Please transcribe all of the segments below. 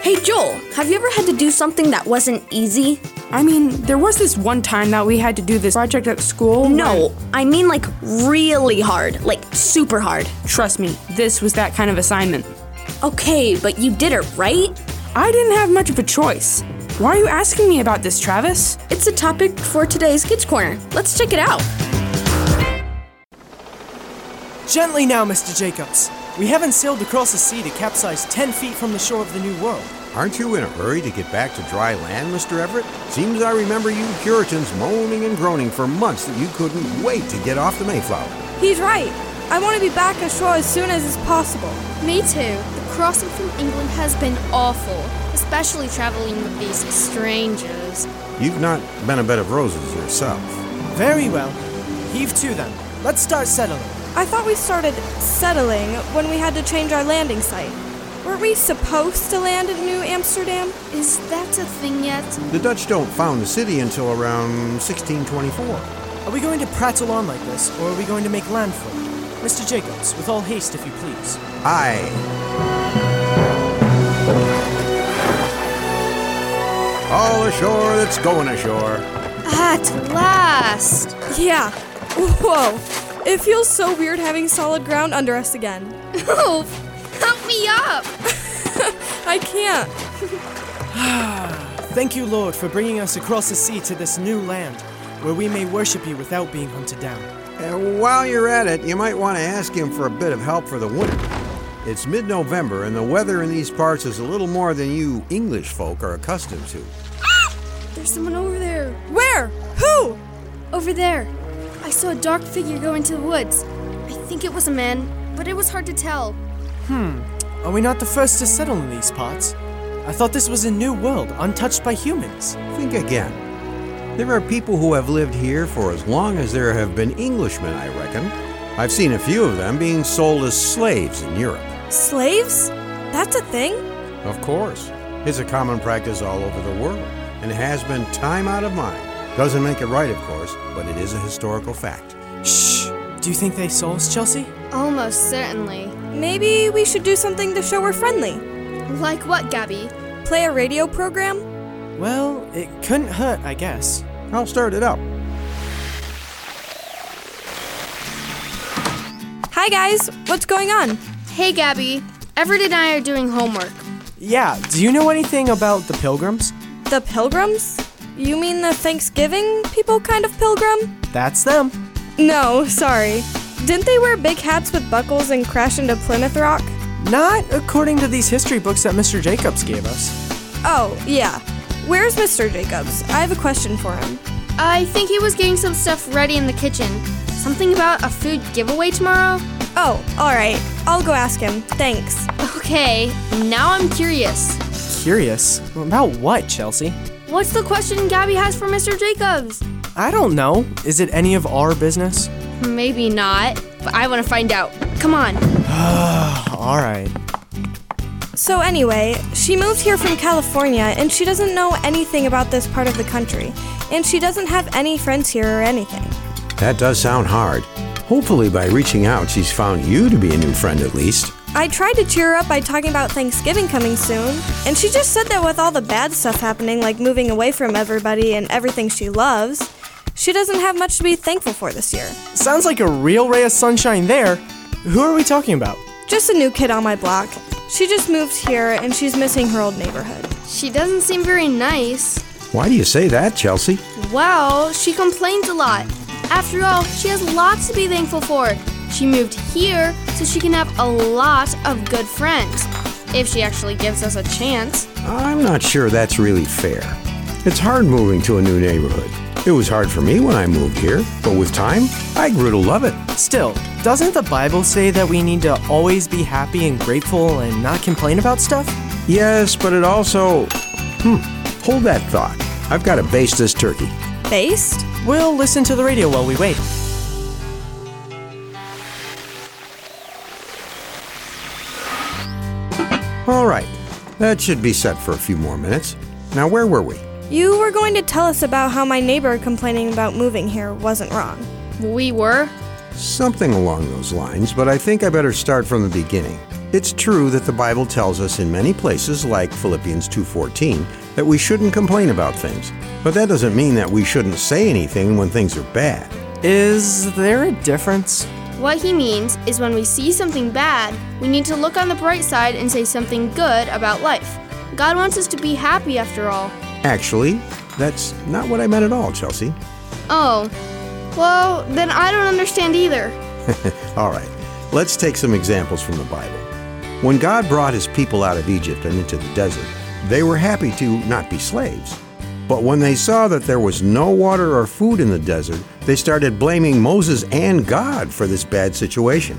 Hey Joel, have you ever had to do something that wasn't easy? I mean, there was this one time that we had to do this project at school. No, I mean like really hard, like super hard. where- trust me, this was that kind of assignment. Okay, but you did it, right? I didn't have much of a choice. Why are you asking me about this, Travis? It's a topic for today's Kids Corner. Let's check it out. Gently now, Mr. Jacobs. We haven't sailed across the sea to capsize 10 feet from the shore of the New World. Aren't you in a hurry to get back to dry land, Mr. Everett? Seems I remember you Puritans moaning and groaning for months that you couldn't wait to get off the Mayflower. He's right. I want to be back ashore as soon as is possible. Me too. The crossing from England has been awful, especially traveling with these strangers. You've not been a bed of roses yourself. Very well. Heave to then. Let's start settling. I thought we started settling when we had to change our landing site. Weren't we supposed to land in New Amsterdam? Is that a thing yet? The Dutch don't found the city until around 1624. Are we going to prattle on like this, or are we going to make landfall? Mr. Jacobs, with all haste, if you please. Aye. All ashore that's going ashore. At last! Yeah. Whoa. It feels so weird having solid ground under us again. Oof! Help me up! I can't. Thank you, Lord, for bringing us across the sea to this new land, where we may worship you without being hunted down. And while you're at it, you might want to ask him for a bit of help for the winter. It's mid November, and the weather in these parts is a little more than you English folk are accustomed to. There's someone over there. Where? Who? Over there. I saw a dark figure go into the woods. I think it was a man, but it was hard to tell. Are we not the first to settle in these parts? I thought this was a new world, untouched by humans. Think again. There are people who have lived here for as long as there have been Englishmen, I reckon. I've seen a few of them being sold as slaves in Europe. Slaves? That's a thing? Of course. It's a common practice all over the world, and has been time out of mind. Doesn't make it right, of course, but it is a historical fact. Shh. Do you think they saw us, Chelsea? Almost certainly. Maybe we should do something to show we're friendly. Like what, Gabby? Play a radio program? Well, it couldn't hurt, I guess. I'll start it up. Hi guys, what's going on? Hey, Gabby. Everett and I are doing homework. Yeah, do you know anything about the pilgrims? The pilgrims? You mean the Thanksgiving people kind of pilgrim? That's them. No, sorry. Didn't they wear big hats with buckles and crash into Plymouth Rock? Not according to these history books that Mr. Jacobs gave us. Oh, yeah. Where's Mr. Jacobs? I have a question for him. I think he was getting some stuff ready in the kitchen. Something about a food giveaway tomorrow? Oh, alright. I'll go ask him. Thanks. Okay, now I'm curious. Curious? About what, Chelsea? What's the question Gabby has for Mr. Jacobs? I don't know. Is it any of our business? Maybe not, but I want to find out. Come on. Alright. So, anyway, she moved here from California and she doesn't know anything about this part of the country. And she doesn't have any friends here or anything. That does sound hard. Hopefully, by reaching out, she's found you to be a new friend at least. I tried to cheer her up by talking about Thanksgiving coming soon, and she just said that with all the bad stuff happening, like moving away from everybody and everything she loves, she doesn't have much to be thankful for this year. Sounds like a real ray of sunshine there. Who are we talking about? Just a new kid on my block. She just moved here and she's missing her old neighborhood. She doesn't seem very nice. Why do you say that, Chelsea? Well, she complains a lot. After all, she has lots to be thankful for. She moved here so she can have a lot of good friends. If she actually gives us a chance. I'm not sure that's really fair. It's hard moving to a new neighborhood. It was hard for me when I moved here, but with time, I grew to love it. Still, doesn't the Bible say that we need to always be happy and grateful and not complain about stuff? Yes, but it also. Hmm, hold that thought. I've got to baste this turkey. Based? We'll listen to the radio while we wait. All right, that should be set for a few more minutes. Now, where were we? You were going to tell us about how my neighbor complaining about moving here wasn't wrong. We were. Something along those lines, but I think I better start from the beginning. It's true that the Bible tells us in many places like Philippians 2:14 that we shouldn't complain about things, but that doesn't mean that we shouldn't say anything when things are bad. Is there a difference? What he means is when we see something bad, we need to look on the bright side and say something good about life. God wants us to be happy after all. Actually, that's not what I meant at all, Chelsea. Oh, well, then I don't understand either. All right, let's take some examples from the Bible. When God brought his people out of Egypt and into the desert, they were happy to not be slaves. But when they saw that there was no water or food in the desert, they started blaming Moses and God for this bad situation.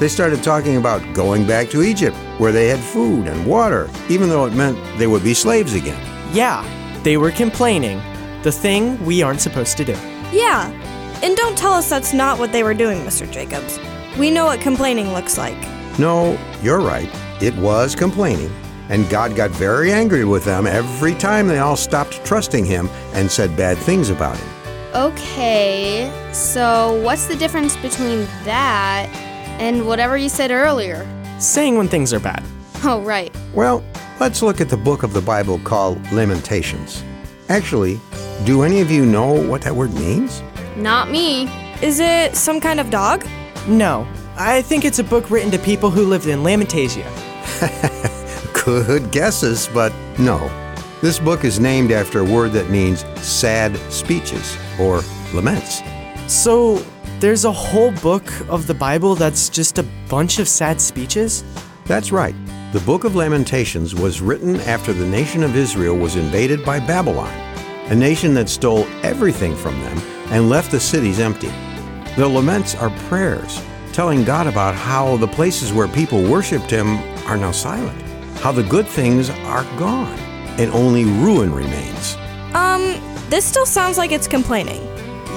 They started talking about going back to Egypt, where they had food and water, even though it meant they would be slaves again. Yeah, they were complaining. The thing we aren't supposed to do. Yeah. And don't tell us that's not what they were doing, Mr. Jacobs. We know what complaining looks like. No, you're right. It was complaining. And God got very angry with them every time they all stopped trusting him and said bad things about him. Okay, so what's the difference between that and whatever you said earlier? Saying when things are bad. Oh, right. Well, let's look at the book of the Bible called Lamentations. Actually, do any of you know what that word means? Not me. Is it some kind of dog? No, I think it's a book written to people who lived in Lamentasia. Good guesses, but no. This book is named after a word that means sad speeches or laments. So, there's a whole book of the Bible that's just a bunch of sad speeches? That's right. The Book of Lamentations was written after the nation of Israel was invaded by Babylon, a nation that stole everything from them and left the cities empty. The laments are prayers, telling God about how the places where people worshiped Him are now silent, how the good things are gone, and only ruin remains. Um, this still sounds like it's complaining.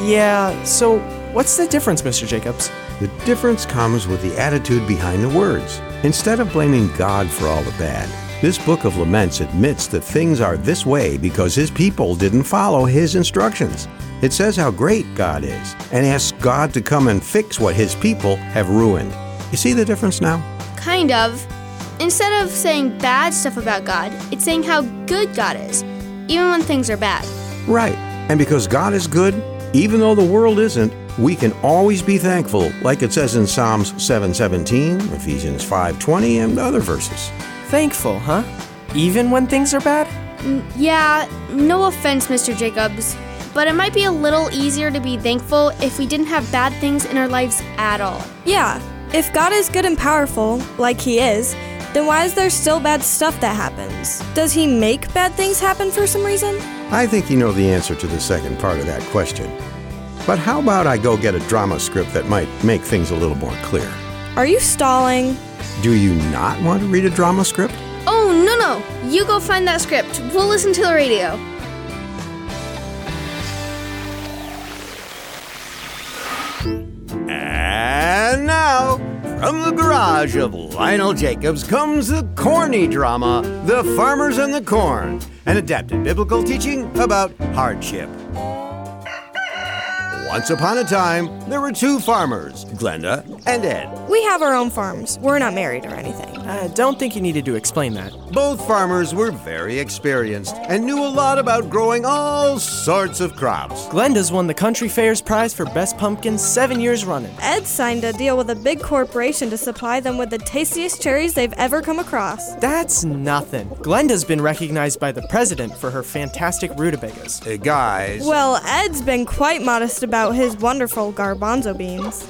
Yeah, so what's the difference, Mr. Jacobs? The difference comes with the attitude behind the words. Instead of blaming God for all the bad, this book of laments admits that things are this way because his people didn't follow his instructions. It says how great God is and asks God to come and fix what his people have ruined. You see the difference now? Kind of. Instead of saying bad stuff about God, it's saying how good God is, even when things are bad. Right. And because God is good, even though the world isn't, we can always be thankful, like it says in Psalms 7:17, Ephesians 5:20, and other verses. Thankful, huh? Even when things are bad? Yeah, no offense, Mr. Jacobs, but it might be a little easier to be thankful if we didn't have bad things in our lives at all. Yeah, if God is good and powerful, like He is, then why is there still bad stuff that happens? Does He make bad things happen for some reason? I think you know the answer to the second part of that question. But how about I go get a drama script that might make things a little more clear? Are you stalling? Do you not want to read a drama script? Oh, no, no! You go find that script. We'll listen to the radio. And now, from the garage of Lionel Jacobs comes the corny drama, The Farmers and the Corn, an adapted biblical teaching about hardship. Once upon a time, there were two farmers, Glenda and Ed. We have our own farms. We're not married or anything. I don't think you needed to explain that. Both farmers were very experienced and knew a lot about growing all sorts of crops. Glenda's won the Country Fair's prize for Best Pumpkin seven years running. Ed signed a deal with a big corporation to supply them with the tastiest cherries they've ever come across. That's nothing. Glenda's been recognized by the president for her fantastic rutabagas. Uh, guys, Well, Ed's been quite modest about his wonderful garbanzo beans.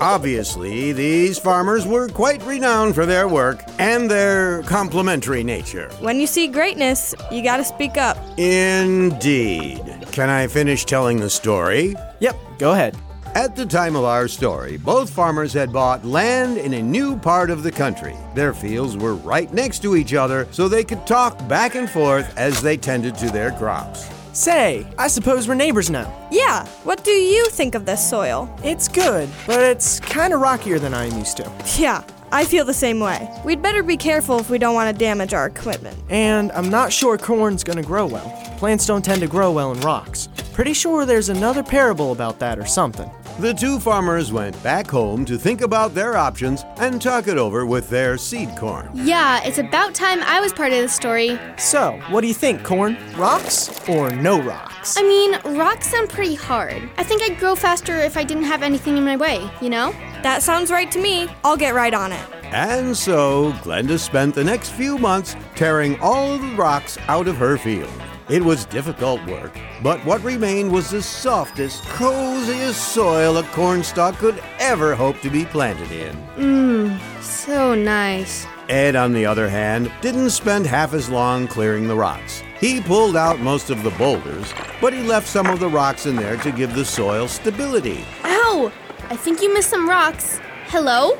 Obviously, these farmers were quite renowned for their work and their complementary nature. When you see greatness, you gotta speak up. Indeed. Can I finish telling the story? Yep, go ahead. At the time of our story, both farmers had bought land in a new part of the country. Their fields were right next to each other, so they could talk back and forth as they tended to their crops. Say, I suppose we're neighbors now. Yeah, what do you think of this soil? It's good, but it's kind of rockier than I'm used to. Yeah, I feel the same way. We'd better be careful if we don't wanna damage our equipment. And I'm not sure corn's gonna grow well. Plants don't tend to grow well in rocks. Pretty sure there's another parable about that or something. The two farmers went back home to think about their options and talk it over with their seed corn. Yeah, it's about time I was part of the story. So, what do you think, corn? Rocks or no rocks? I mean, rocks sound pretty hard. I think I'd grow faster if I didn't have anything in my way, you know? That sounds right to me. I'll get right on it. And so, Glenda spent the next few months tearing all the rocks out of her field. It was difficult work, but what remained was the softest, coziest soil a cornstalk could ever hope to be planted in. So nice. Ed, on the other hand, didn't spend half as long clearing the rocks. He pulled out most of the boulders, but he left some of the rocks in there to give the soil stability. Ow! I think you missed some rocks. Hello?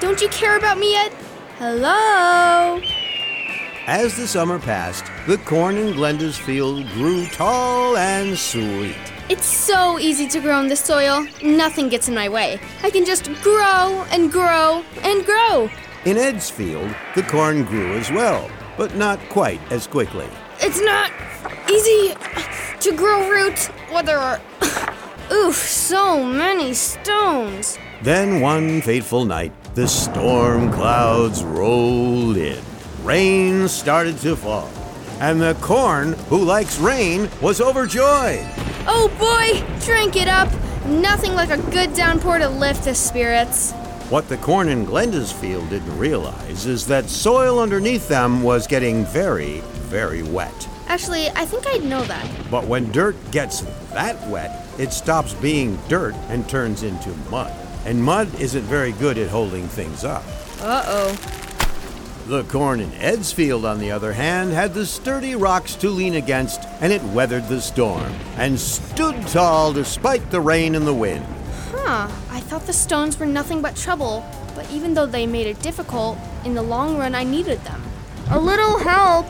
Don't you care about me yet? Hello? As the summer passed, the corn in Glenda's field grew tall and sweet. It's so easy to grow in the soil. Nothing gets in my way. I can just grow and grow and grow. In Ed's field, the corn grew as well, but not quite as quickly. It's not easy to grow roots. Well, there are, oof, so many stones. Then one fateful night, the storm clouds rolled in. Rain started to fall, and the corn, who likes rain, was overjoyed. Oh boy, drink it up. Nothing like a good downpour to lift the spirits. What the corn in Glenda's field didn't realize is that soil underneath them was getting very, very wet. Actually, I think I'd know that. But when dirt gets that wet, it stops being dirt and turns into mud. And mud isn't very good at holding things up. Uh oh. The corn in Ed's field, on the other hand, had the sturdy rocks to lean against, and it weathered the storm and stood tall despite the rain and the wind. Huh, I thought the stones were nothing but trouble, but even though they made it difficult, in the long run I needed them. A little help.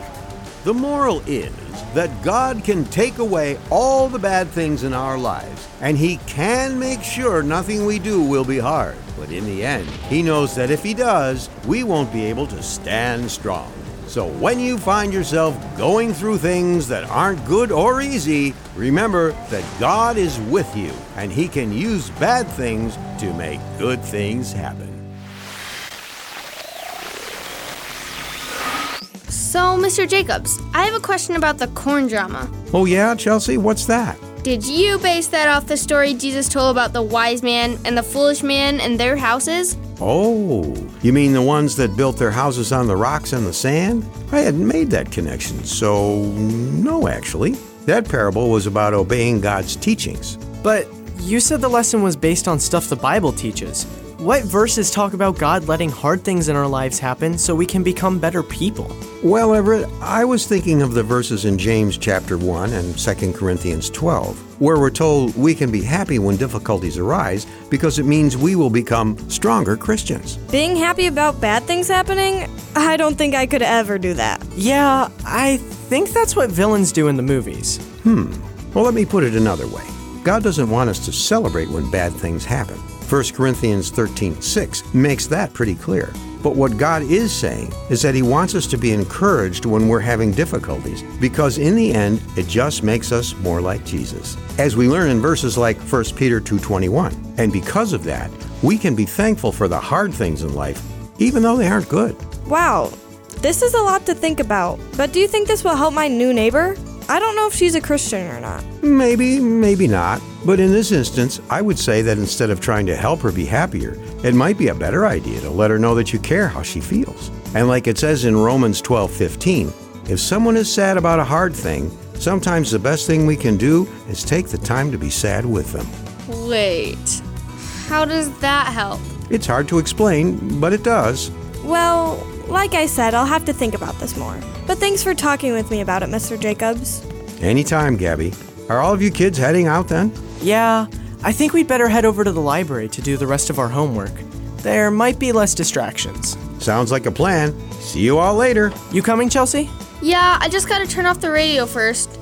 The moral is that God can take away all the bad things in our lives, and He can make sure nothing we do will be hard. But in the end, He knows that if He does, we won't be able to stand strong. So when you find yourself going through things that aren't good or easy, remember that God is with you, and He can use bad things to make good things happen. So, Mr. Jacobs, I have a question about the corn drama. Oh, yeah, Chelsea? What's that? Did you base that off the story Jesus told about the wise man and the foolish man and their houses? Oh, you mean the ones that built their houses on the rocks and the sand? I hadn't made that connection, so no, actually. That parable was about obeying God's teachings. But you said the lesson was based on stuff the Bible teaches. What verses talk about God letting hard things in our lives happen so we can become better people? Well, Everett, I was thinking of the verses in James chapter 1 and 2 Corinthians 12, where we're told we can be happy when difficulties arise because it means we will become stronger Christians. Being happy about bad things happening? I don't think I could ever do that. Yeah, I think that's what villains do in the movies. Well, let me put it another way. God doesn't want us to celebrate when bad things happen. 1 Corinthians 13:6 makes that pretty clear. But what God is saying is that he wants us to be encouraged when we're having difficulties because in the end it just makes us more like Jesus. As we learn in verses like 1 Peter 2:21. And because of that, we can be thankful for the hard things in life even though they aren't good. Wow, this is a lot to think about, but do you think this will help my new neighbor? I don't know if she's a Christian or not. Maybe, maybe not. But in this instance, I would say that instead of trying to help her be happier, it might be a better idea to let her know that you care how she feels. And like it says in Romans 12:15, if someone is sad about a hard thing, sometimes the best thing we can do is take the time to be sad with them. Wait. How does that help? It's hard to explain, but it does. Well, like I said, I'll have to think about this more. But thanks for talking with me about it, Mr. Jacobs. Anytime, Gabby. Are all of you kids heading out then? Yeah, I think we'd better head over to the library to do the rest of our homework. There might be less distractions. Sounds like a plan. See you all later. You coming, Chelsea? Yeah, I just gotta turn off the radio first.